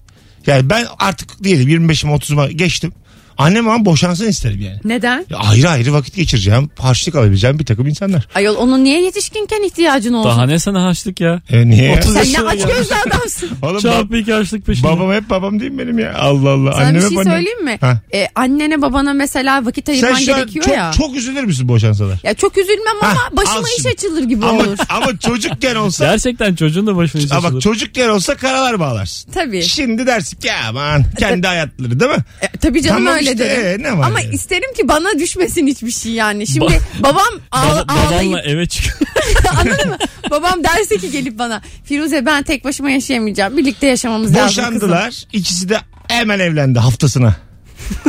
S2: Yani ben artık diyelim 25'imi 30'uma geçtim. Annem ama boşansın isterim yani.
S3: Neden?
S2: Ya ayrı ayrı vakit geçireceğim, harçlık alabileceğim bir takım insanlar.
S3: Ayol onun niye yetişkinken ihtiyacın olsun?
S4: Daha ne sana haçlık ya?
S2: E niye? ya?
S4: 30
S3: Sen ne
S4: yaşına
S3: aç
S4: gel.
S3: gözlü adamsın.
S2: Oğlum bab-
S4: Çarpı iki haçlık peşinde.
S2: babam hep babam değil mi benim ya? Allah Allah.
S3: Sana
S2: Annem
S3: bir
S2: hep
S3: şey
S2: annem.
S3: söyleyeyim mi?
S2: Ha.
S3: Ee, annene babana mesela vakit
S2: Sen
S3: ayırman
S2: şu an
S3: gerekiyor
S2: çok,
S3: ya.
S2: çok üzülür müsün boşansalar?
S3: Ya çok üzülmem ama
S2: Hah, al
S3: başıma iş
S2: şimdi.
S3: açılır gibi
S2: Ama,
S3: olur.
S2: ama çocukken olsa
S4: Gerçekten çocuğun da başına iş
S2: Ha bak
S4: açılır.
S2: çocukken olsa karalar bağlarsın.
S3: Tabii.
S2: Şimdi dersin ki aman kendi hayatları değil mi?
S3: E, tabii canım
S2: Tamam
S3: öyle
S2: işte,
S3: derim.
S2: e, ne var
S3: Ama
S2: yani?
S3: isterim ki bana düşmesin hiçbir şey yani. Şimdi
S4: Ba-
S3: babam ağ-
S4: Baba-
S3: ağlayıp
S4: babanla eve çık.
S3: anladın mı? Babam derse ki gelip bana Firuze ben tek başıma yaşayamayacağım. Birlikte yaşamamız lazım kızım.
S2: Boşandılar. İkisi de hemen evlendi haftasına.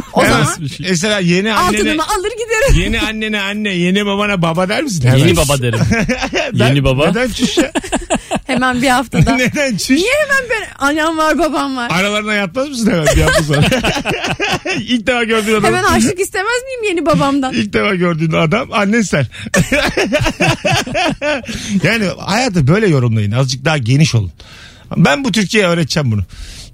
S3: O
S2: Hemen-
S3: zaman
S4: Bir şey.
S2: Mesela yeni annene
S3: altınımı alır giderim.
S2: yeni annene anne, yeni babana baba der misin? Hemen.
S4: Yeni baba derim.
S2: Ben-
S4: yeni baba.
S2: Neden çüş ya?
S3: Hemen bir haftada.
S2: Neden çüş?
S3: Niye hemen ben annem var babam var.
S2: Aralarına yatmaz mısın hemen bir hafta sonra? İlk defa gördüğün adam.
S3: Hemen aşık istemez miyim yeni babamdan?
S2: İlk defa gördüğün adam annen sen. yani hayatı böyle yorumlayın. Azıcık daha geniş olun. Ben bu Türkiye'ye öğreteceğim bunu.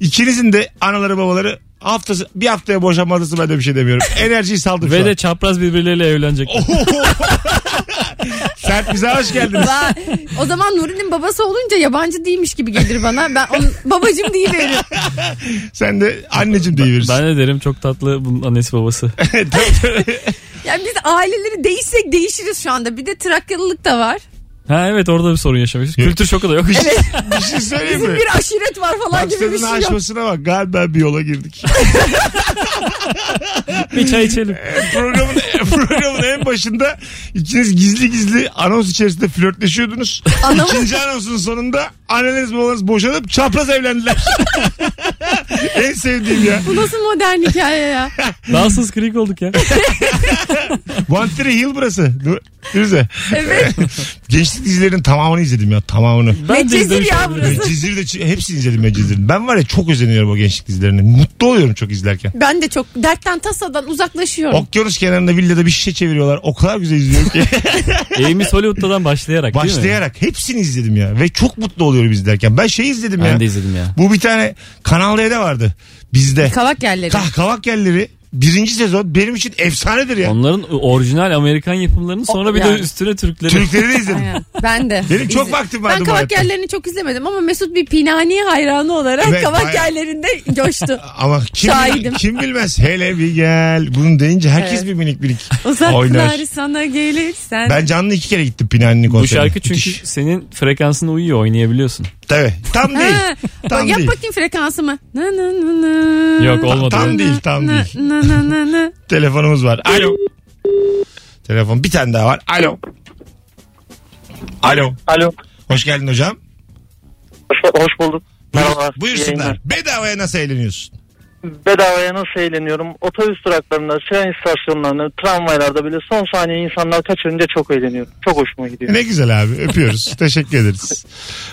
S2: İkinizin de anaları babaları haftası bir haftaya boşanmalısı ben de bir şey demiyorum. Enerjiyi saldım
S4: Ve
S2: şu an.
S4: de çapraz birbirleriyle evlenecek.
S2: Sert bize hoş geldiniz.
S3: Ben- o zaman Nuri'nin babası olunca yabancı değilmiş gibi gelir bana. Ben onun babacım deyiveririm.
S2: Sen de anneciğim deyiverirsin.
S4: Ben de derim çok tatlı bunun annesi babası.
S3: Yani biz aileleri değişsek değişiriz şu anda. Bir de Trakyalılık da var.
S4: Ha evet orada bir sorun yaşamışız. Kültür şoku da yok.
S2: bir şey söyleyeyim
S3: Bizim
S2: mi?
S3: bir aşiret var falan gibi bir
S2: Haftanın
S3: şey yok.
S2: aşmasına bak galiba bir yola girdik.
S4: bir çay içelim.
S2: programın, programın en başında ikiniz gizli gizli anons içerisinde flörtleşiyordunuz.
S3: Anam-
S2: İkinci anonsun sonunda anneniz babanız boşanıp çapraz evlendiler. en sevdiğim ya.
S3: Bu nasıl modern hikaye ya?
S4: Dansız krik olduk ya.
S2: One Tree Hill burası. Düzde.
S3: Evet.
S2: Gençlik dizilerinin tamamını izledim ya tamamını.
S4: Ben de
S3: Medcezir
S4: izlemiş
S3: ya
S4: olabilirim.
S3: burası.
S2: Mecizleri de ç- hepsini izledim Mecizleri. Ben var ya çok özeniyorum o gençlik dizilerine. Mutlu oluyorum çok izlerken.
S3: Ben de çok dertten tasadan uzaklaşıyorum.
S2: Okyanus kenarında villada bir şişe çeviriyorlar. O kadar güzel izliyorum ki.
S4: Amy Hollywood'dan başlayarak değil mi?
S2: Başlayarak hepsini izledim ya. Ve çok mutlu oluyorum izlerken. Ben şey izledim ya.
S4: Ben de izledim ya.
S2: Bu bir tane Kanal D'de vardı. Bizde.
S3: Kavak yerleri.
S2: Kahkavak yerleri birinci sezon benim için efsanedir ya.
S4: Onların orijinal Amerikan yapımlarını sonra bir de
S3: yani.
S4: üstüne Türkleri.
S2: Türkleri de izledim.
S3: Aynen. Ben de.
S2: Benim çok
S3: İzle-
S2: vaktim vardı
S3: Ben
S2: bu
S3: kavak
S2: hayatta.
S3: yerlerini çok izlemedim ama Mesut bir pinani hayranı olarak
S2: Evet,
S3: kavak
S2: bayağı.
S3: yerlerinde coştu.
S2: Ama kim,
S3: Şahidim.
S2: kim bilmez hele bir gel. Bunu deyince herkes
S3: Evet.
S2: bir minik minik oynar.
S3: Uzaklar sana gelirsen.
S2: Ben canlı iki kere gittim Pinani'nin
S4: Bu
S2: konserine.
S4: şarkı çünkü
S2: Müthiş.
S4: senin frekansına uyuyor oynayabiliyorsun.
S2: Tabii. Tam değil.
S3: Ha,
S2: Tam
S3: yap
S2: değil.
S3: bakayım frekansımı. Na, na, na, na.
S4: Yok olmadı.
S2: Tam değil tam
S3: Na,
S2: değil.
S3: na, na, na, na.
S2: Telefonumuz var. Alo. Telefon bir tane daha var. Alo. Alo.
S7: Alo.
S2: Hoş geldin hocam.
S7: Hoş bulduk.
S2: Buyur-
S7: Merhaba.
S2: Buyursunlar. Bedavaya nasıl eğleniyorsun?
S7: bedavaya nasıl eğleniyorum? Otobüs duraklarında, tren istasyonlarında, tramvaylarda bile son saniye insanlar kaçırınca çok eğleniyorum. Çok hoşuma gidiyor.
S2: Ne güzel abi öpüyoruz. Teşekkür ederiz.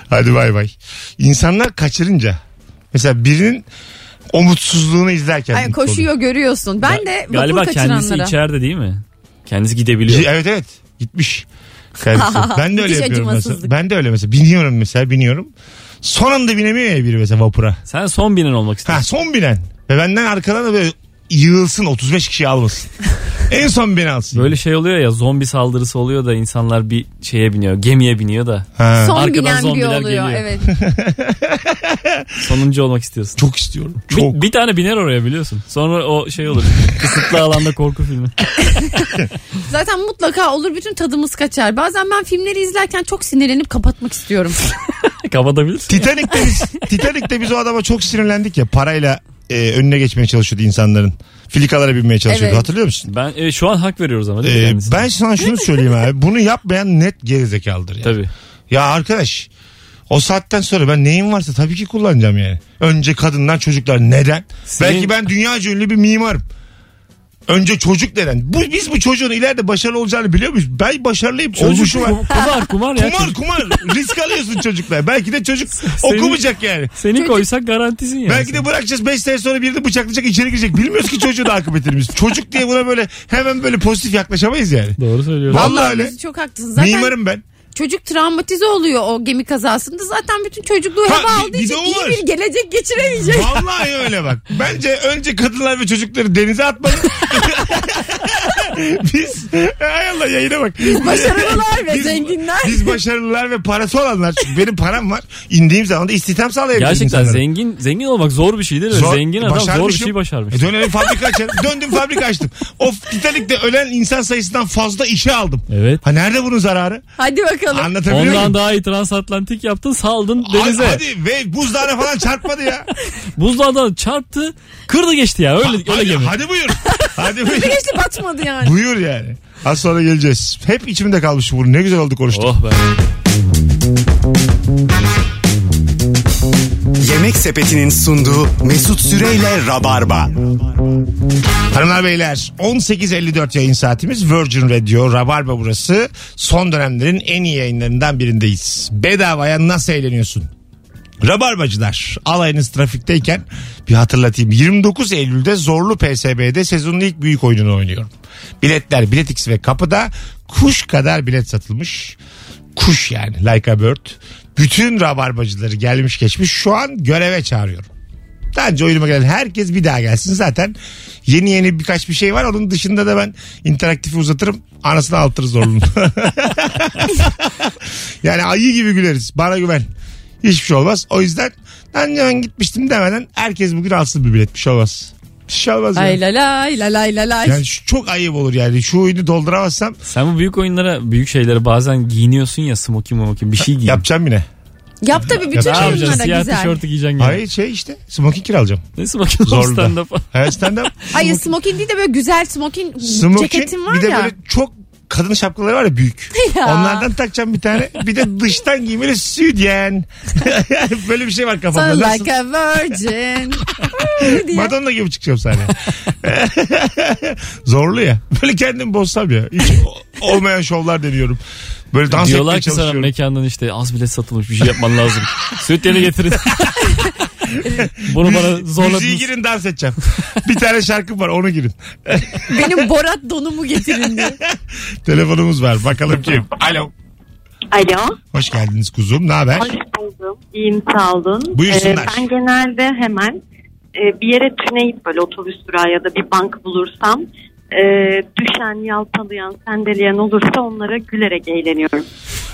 S2: Hadi bay bay. İnsanlar kaçırınca mesela birinin o mutsuzluğunu izlerken.
S3: Ay,
S2: mutlu
S3: koşuyor görüyorsun. Ben de
S4: Galiba
S3: vapur
S4: kendisi
S3: kaçıranlara.
S4: içeride değil mi? Kendisi gidebiliyor.
S2: oluyor. Evet evet gitmiş. Kendisi. ben de öyle
S3: Müthiş
S2: yapıyorum mesela.
S3: acımasızlık.
S2: Ben de öyle mesela. Biniyorum mesela biniyorum. Son anda binemiyor ya biri mesela vapura.
S4: Sen son binen olmak
S2: Ha
S4: istiyorsun.
S2: son binen. Ve benden arkadan da böyle yığılsın 35 kişi almasın. en son beni alsın.
S4: Böyle şey oluyor ya zombi saldırısı oluyor da insanlar bir şeye biniyor. Gemiye biniyor da.
S2: Ha.
S3: Son
S4: Arkadan
S3: bilen bir
S4: zombiler
S3: oluyor.
S4: geliyor.
S3: Evet.
S4: Sonuncu olmak istiyorsun.
S2: Çok istiyorum.
S4: Bir-
S2: Çok.
S4: Bir, tane biner oraya biliyorsun. Sonra o şey olur. Kısıtlı alanda korku filmi.
S3: Zaten mutlaka olur bütün tadımız kaçar. Bazen ben filmleri izlerken çok sinirlenip kapatmak istiyorum.
S4: Kapatabilirsin.
S2: Titanik'te biz, Titanik'te biz o adama çok sinirlendik ya parayla e, önüne geçmeye çalışıyordu insanların. Filikalara binmeye çalışıyordu
S3: Evet.
S2: hatırlıyor musun?
S4: Ben e, şu an hak veriyoruz ama değil mi
S2: E,
S4: kendisine?
S2: ben sana şunu söyleyeyim abi. Bunu yapmayan net gerizekalıdır yani.
S4: Tabii.
S2: Ya arkadaş o saatten sonra ben neyim varsa tabii ki kullanacağım yani. Önce kadınlar çocuklar neden?
S4: Senin-
S2: Belki ben dünyaca ünlü bir mimarım. Önce çocuk neden? Bu, biz bu çocuğun ileride başarılı olacağını biliyor muyuz? Ben başarılıyım. Olmuşum. var.
S4: Çocuk- kumar kumar ya.
S2: Kumar
S4: çocuk.
S2: kumar. Risk alıyorsun çocuklar. Belki de çocuk
S4: Senin-
S2: okumayacak yani.
S4: Seni koysak garantisin yani.
S2: Belki de bırakacağız 5 sene sonra birini bıçaklayacak içeri girecek. Bilmiyoruz ki çocuğun akıbetini biz. Çocuk diye buna böyle hemen böyle pozitif yaklaşamayız yani.
S4: Doğru söylüyorsun.
S2: Vallahi öyle.
S3: Çok haklısın. Zaten
S2: Mimarım ben.
S3: Çocuk travmatize oluyor o gemi kazasında. Zaten bütün çocukluğu
S2: Ha,
S3: heba
S2: bir-
S3: aldığı
S2: bir de
S3: için
S2: o
S3: iyi
S2: var.
S3: bir gelecek geçiremeyecek.
S2: Vallahi öyle bak. Bence önce kadınlar ve çocukları denize atmalı. biz hay Allah yayına bak. Biz
S3: başarılılar ve zenginler.
S2: Biz başarılılar ve parası olanlar. Çünkü benim param var. İndiğim zaman da istihdam sağlayabilirim.
S4: Gerçekten
S2: insanlara.
S4: zengin zengin olmak zor bir şey değil mi?
S2: Zor-
S4: zengin adam zor bir
S2: başarmışım.
S4: şey başarmış.
S2: E dönelim fabrika açarım. Döndüm fabrika açtım. Of Titanik'te ölen insan sayısından fazla işe aldım.
S4: Evet.
S2: Ha nerede bunun zararı?
S3: Hadi bakalım.
S2: Anlatabiliyor
S4: Ondan
S2: muyum?
S4: daha iyi transatlantik yaptın saldın
S2: Hadi-
S4: denize.
S2: Hadi ve buzdağına falan çarpmadı ya.
S4: Buzdağdan çarptı kırdı geçti ya öyle, öyle
S2: hadi,
S4: gemi.
S2: hadi buyur. Hadi buyur.
S3: Bir geçti batmadı yani.
S2: Buyur yani. Az sonra geleceğiz. Hep içimde kalmış bu. Ne güzel oldu konuştuk.
S4: Oh be.
S1: Yemek Sepeti'nin sunduğu Mesut Süreyle Rabarba.
S2: Hanımlar beyler 18.54 yayın saatimiz Virgin Radio Rabarba burası. Son dönemlerin en iyi yayınlarından birindeyiz. Bedavaya nasıl eğleniyorsun? Rabarbacılar alayınız trafikteyken bir hatırlatayım 29 Eylül'de Zorlu PSB'de sezonun ilk büyük oyununu oynuyorum. Biletler Biletix ve kapıda kuş kadar bilet satılmış. Kuş yani like a bird. Bütün rabarbacıları gelmiş geçmiş şu an göreve çağırıyorum. Daha önce oyunuma gelen herkes bir daha gelsin. Zaten yeni yeni birkaç bir şey var. Onun dışında da ben interaktifi uzatırım. Anasını altırız zorluğunu. yani ayı gibi güleriz. Bana güven. Hiçbir şey olmaz. O yüzden ben hemen gitmiştim demeden herkes bugün alsın bir bilet. Bir şey olmaz. Bir şey olmaz.
S3: Ay
S2: Yani.
S3: la lay la lay la lay.
S2: Yani şu- çok ayıp olur yani. Şu oyunu dolduramazsam
S4: Sen bu büyük oyunlara büyük şeylere bazen giyiniyorsun ya smoking momokin bir şey giyin.
S2: yapacağım yine.
S3: Yap tabii
S2: Ne
S3: bütün
S4: ne yapacaksın?
S3: oyunlara
S4: Siyah
S3: güzel.
S4: tişörtü giyeceksin yani.
S2: Hayır şey işte smoking kiralacağım.
S4: Ne smoking
S2: Zorla.
S4: stand up.
S2: Evet stand up.
S3: Ay smoking değil de böyle güzel smoking, ceketim var
S2: bir de
S3: ya.
S2: böyle çok kadın şapkaları var ya büyük.
S3: Ya.
S2: Onlardan takacağım bir tane. Bir de dıştan giymeli südyen. böyle bir şey var kafamda.
S3: Sana
S2: Nasıl?
S3: like a virgin. diye.
S2: Madonna gibi çıkacağım sahneye. Zorlu ya. Böyle kendimi bozsam ya. Hiç o- olmayan şovlar deniyorum. Böyle dans
S4: Diyorlar
S2: etmeye
S4: ki sana
S2: çalışıyorum.
S4: mekandan işte az bilet satılmış bir şey yapman lazım. Sütleri getirin. Bunu bana
S2: Müzi- Müziği
S4: zorladınız.
S2: girin dans edeceğim. bir tane şarkım var onu girin.
S3: Benim Borat donumu getirin diye.
S2: Telefonumuz var bakalım kim. Alo.
S9: Alo.
S2: Hoş geldiniz kuzum ne haber?
S9: Hoş buldum. İyiyim sağ olun.
S2: Buyursunlar.
S9: Ee, ben genelde hemen e, bir yere tüneyip böyle otobüs durağı ya da bir bank bulursam e, düşen, yalpalayan, sendeleyen olursa onlara gülerek eğleniyorum.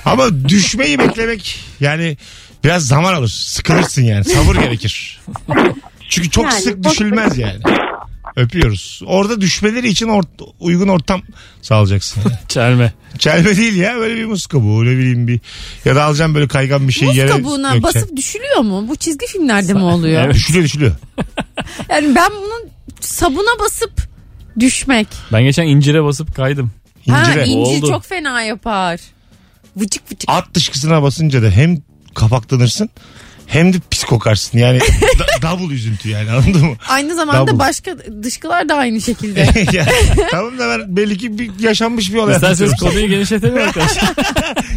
S2: Ama düşmeyi beklemek yani biraz zaman alır. Sıkılırsın yani. Sabır gerekir. Çünkü çok
S9: Yani
S2: sık
S9: boş-
S2: düşülmez yani. Öpüyoruz. Orada düşmeleri için ort- uygun ortam sağlayacaksın. yani.
S4: Çelme.
S2: Çelme değil ya böyle bir muz kabuğu ne bileyim bir ya da alacağım böyle kaygan bir şey
S3: Muz
S2: yere
S3: kabuğuna
S2: dökeceksin.
S3: basıp düşülüyor mu? Bu çizgi filmlerde mi oluyor?
S4: Evet.
S2: Düşülüyor düşülüyor.
S3: Yani ben bunun sabuna basıp düşmek.
S4: Ben geçen incire basıp kaydım.
S3: Ha,
S2: İncire.
S3: incir
S4: Oldu.
S3: çok fena yapar. Vıcık vıcık.
S2: At dışkısına basınca da hem kapaklanırsın hem de pis kokarsın yani da- double üzüntü yani anladın mı?
S3: Aynı zamanda
S2: Double.
S3: başka dışkılar da aynı şekilde.
S2: Ya, tamam da ben belli ki bir yaşanmış bir olay
S4: İsterseniz
S2: anlatıyorum.
S4: konuyu genişletelim arkadaşlar.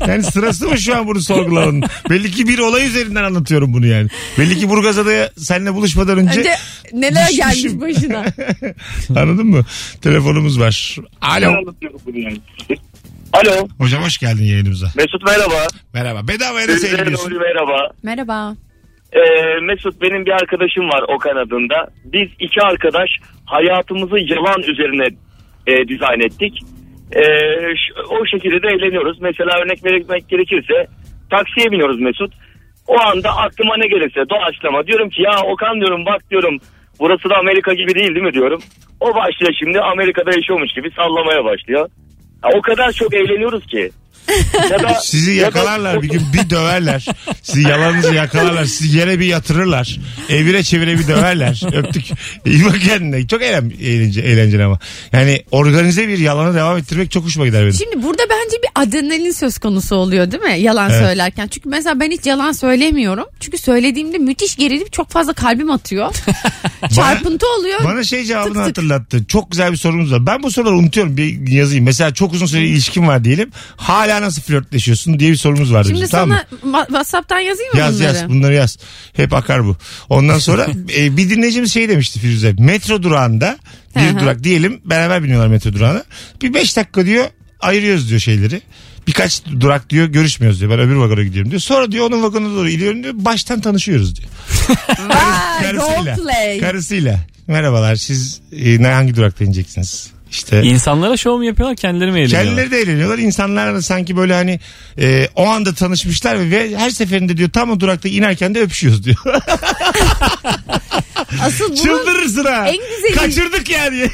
S2: Yani sırası mı şu an bunu sorgulamanın? Belli ki bir olay üzerinden anlatıyorum bunu yani. Belli ki Burgazada'ya seninle buluşmadan önce
S3: Önce neler
S2: düşmüşüm.
S3: gelmiş başına.
S2: anladın mı? Telefonumuz var. Alo.
S5: Alo
S2: Hocam hoş geldin yayınımıza.
S5: Mesut merhaba.
S2: Merhaba. Bedavaya nasıl
S5: Sizlere
S2: eğleniyorsun?
S5: doğru merhaba.
S3: Merhaba.
S5: Ee, Mesut benim bir arkadaşım var Okan adında. Biz iki arkadaş hayatımızı yalan üzerine e, dizayn ettik. Ee, ş- o şekilde de eğleniyoruz. Mesela örnek vermek gerekirse taksiye biniyoruz Mesut. O anda aklıma ne gelirse doğaçlama diyorum ki ya Okan diyorum bak diyorum burası da Amerika gibi değil değil mi diyorum. O başlıyor şimdi Amerika'da yaşıyormuş gibi sallamaya başlıyor. Ya, o kadar çok eğleniyoruz ki. Ya da-
S2: Sizi
S5: ya da-
S2: yakalarlar bir gün bir döverler. Sizi yalanınızı yakalarlar. Sizi yere bir yatırırlar. Evire çevire bir döverler. Öptük. İyi bak kendine. Çok eğlen, eğlence, eğlenceli ama. Yani organize bir yalana devam ettirmek çok hoşuma gider benim.
S3: Şimdi burada bence bir adrenalin söz konusu oluyor değil mi? Yalan
S2: Evet.
S3: söylerken. Çünkü mesela ben hiç yalan söylemiyorum. Çünkü söylediğimde müthiş gerilip çok fazla kalbim atıyor. Çarpıntı oluyor.
S2: Bana şey cevabını
S3: Tık tık.
S2: hatırlattı. Çok güzel bir sorumuz var. Ben bu soruları unutuyorum. Bir gün yazayım. Mesela çok uzun süre ilişkin var diyelim. Hala nasıl flörtleşiyorsun diye bir sorumuz vardı.
S3: Şimdi
S2: bizim,
S3: sana
S2: tamam mı?
S3: ma- WhatsApp'tan yazayım mı
S2: Yaz
S3: bunları?
S2: yaz bunları yaz. Hep akar bu. Ondan sonra e, bir dinleyicimiz şey demişti Firuze. Metro durağında
S3: Hı
S2: bir
S3: hı.
S2: durak diyelim beraber biniyorlar metro durağına. Bir beş dakika diyor ayırıyoruz diyor şeyleri. Birkaç durak diyor görüşmüyoruz diyor. Ben öbür vagona gidiyorum diyor. Sonra diyor onun vagonuna doğru iniyorum diyor. Baştan tanışıyoruz diyor.
S3: Vay
S2: Karısıyla.
S3: role play.
S2: Karısıyla. Merhabalar siz e, ne- hangi durakta ineceksiniz? İşte
S4: İnsanlara şov mu yapıyorlar kendileri mi eğleniyorlar?
S2: Kendileri de eğleniyorlar. İnsanlar da sanki böyle hani e, o anda tanışmışlar ve- ve her seferinde diyor tam o durakta inerken de öpüşüyoruz diyor.
S3: Asıl bunun
S2: Çıldırırsın ha.
S3: en güzeli-
S2: Kaçırdık yani.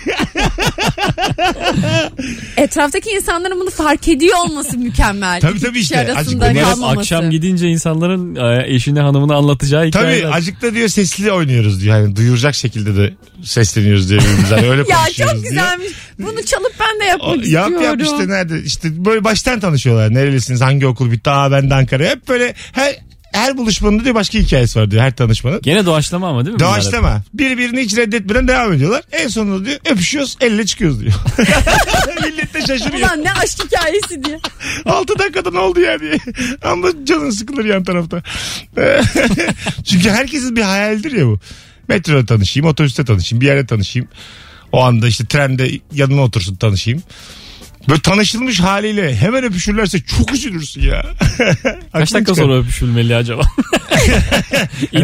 S3: etraftaki insanların bunu fark ediyor olması mükemmel.
S2: Tabii,
S3: İki
S2: tabii
S3: kişi
S2: işte. Azıcık
S3: Arasında
S2: bunlar
S4: Bunlar hep
S3: kalmaması.
S4: akşam gidince insanların e, eşine hanımına anlatacağı hikayeler.
S2: Tabii acıkta diyor sesli oynuyoruz diyor. Yani duyuracak şekilde de sesleniyoruz diyor. birbirimize. Hani öyle
S3: Ya
S2: konuşuyoruz
S3: çok
S2: diye.
S3: güzelmiş. Bunu çalıp ben de yapmak
S2: O- Yap
S3: istiyorum.
S2: yap işte nerede işte böyle baştan tanışıyorlar nerelisiniz hangi okul bitti aa ben de Ankara hep böyle her her buluşmanın diyor başka hikayesi var diyor her tanışmanın.
S4: Gene doğaçlama ama değil mi? bunlar hep?
S2: Doğaçlama. Birbirini hiç reddetmeden devam ediyorlar. En sonunda diyor öpüşüyoruz elle çıkıyoruz diyor. Millet de şaşırıyor.
S3: Ulan ne aşk hikayesi diye.
S2: 6 dakikada ne oldu ya diye. Ama canın sıkılır yan tarafta. Çünkü herkesin bir hayaldir ya bu. Metroda tanışayım, otobüste tanışayım, bir yerde tanışayım. O anda işte trende yanına otursun tanışayım. Böyle tanışılmış haliyle hemen öpüşürlerse çok üzülürsün ya.
S4: Kaç
S2: Aklın
S4: dakika
S2: çıkar.
S4: sonra öpüşülmeli acaba? Hani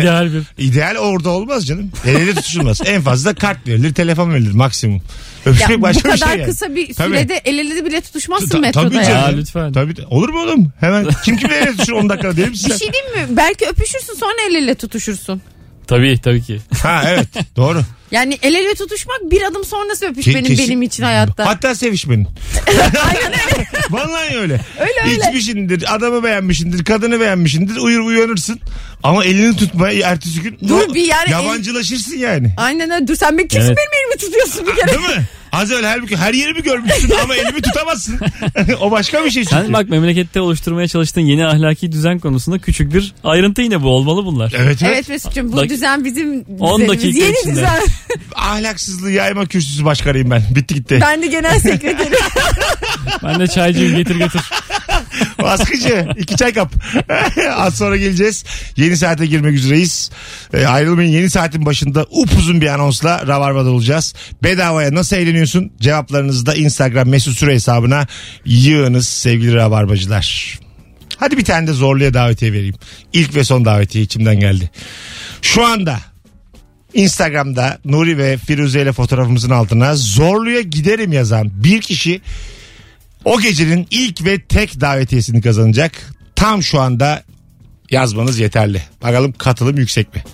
S4: İdeal bir.
S2: İdeal orada olmaz canım. El ele tutuşulmaz. en fazla kart verilir, telefon verilir maksimum.
S3: Ya,
S2: Öpüşmek
S3: bu
S2: başka bir
S3: kadar
S2: şey yani.
S3: kısa bir
S2: Tabii.
S3: sürede el ele de bile tutuşmazsın
S2: Ta-
S3: metroda
S2: tabii
S3: ya.
S2: canım.
S4: Ya lütfen.
S2: Tabii. Olur mu oğlum? Hemen kim kimle ele tutuşur 10 dakikada değil mi
S3: Bir
S2: size?
S3: şey diyeyim mi? Belki öpüşürsün sonra el ele tutuşursun.
S4: Tabii tabii ki.
S2: Ha evet. Doğru.
S3: Yani el ele tutuşmak bir adım sonrası öpüş
S2: Ke-
S3: benim
S2: kesin-
S3: benim için hayatta.
S2: Hatta sevişmenin. Vallahi öyle.
S3: Öyle, öyle.
S2: İçmişindir, adamı beğenmişindir, kadını beğenmişindir, uyur uyanırsın. Ama elini tutmaya ertesi gün
S3: Dur bir yani el-
S2: yabancılaşırsın yani.
S3: Aynen öyle. Dur sen beni kimsin
S4: Evet.
S3: benim elimi tutuyorsun bir kere.
S2: Değil mi? Az evvel halbuki her yerimi görmüşsün ama elimi tutamazsın. o başka bir şey çünkü.
S4: Sen bak memlekette oluşturmaya çalıştığın yeni ahlaki düzen konusunda küçük bir ayrıntı yine bu olmalı bunlar.
S2: Evet, evet.
S3: Evet Mesut'cum bu
S4: Dak-
S3: düzen bizim
S4: 10
S3: düzenimiz.
S4: dakika
S3: Yeni
S4: içinde.
S3: düzen.
S2: Ahlaksızlığı yayma kürsüsü başkanıyım ben. Bitti gitti.
S3: Ben de genel sekreterim.
S4: Ben de çaycıyım getir getir.
S2: Baskıcı. iki çay kap. Az sonra geleceğiz. Yeni saate girmek üzereyiz. E, ayrılmayın. Yeni saatin başında upuzun bir anonsla Rabarba'da olacağız. Bedavaya nasıl eğleniyorsun? Cevaplarınızı da Instagram mesut süre hesabına yığınız sevgili Rabarbacılar. Hadi bir tane de zorluya davetiye vereyim. İlk ve son davetiye içimden geldi. Şu anda Instagram'da Nuri ve Firuze ile fotoğrafımızın altına zorluya giderim yazan bir kişi o gecenin ilk ve tek davetiyesini kazanacak. Tam şu anda yazmanız yeterli. Bakalım katılım yüksek mi?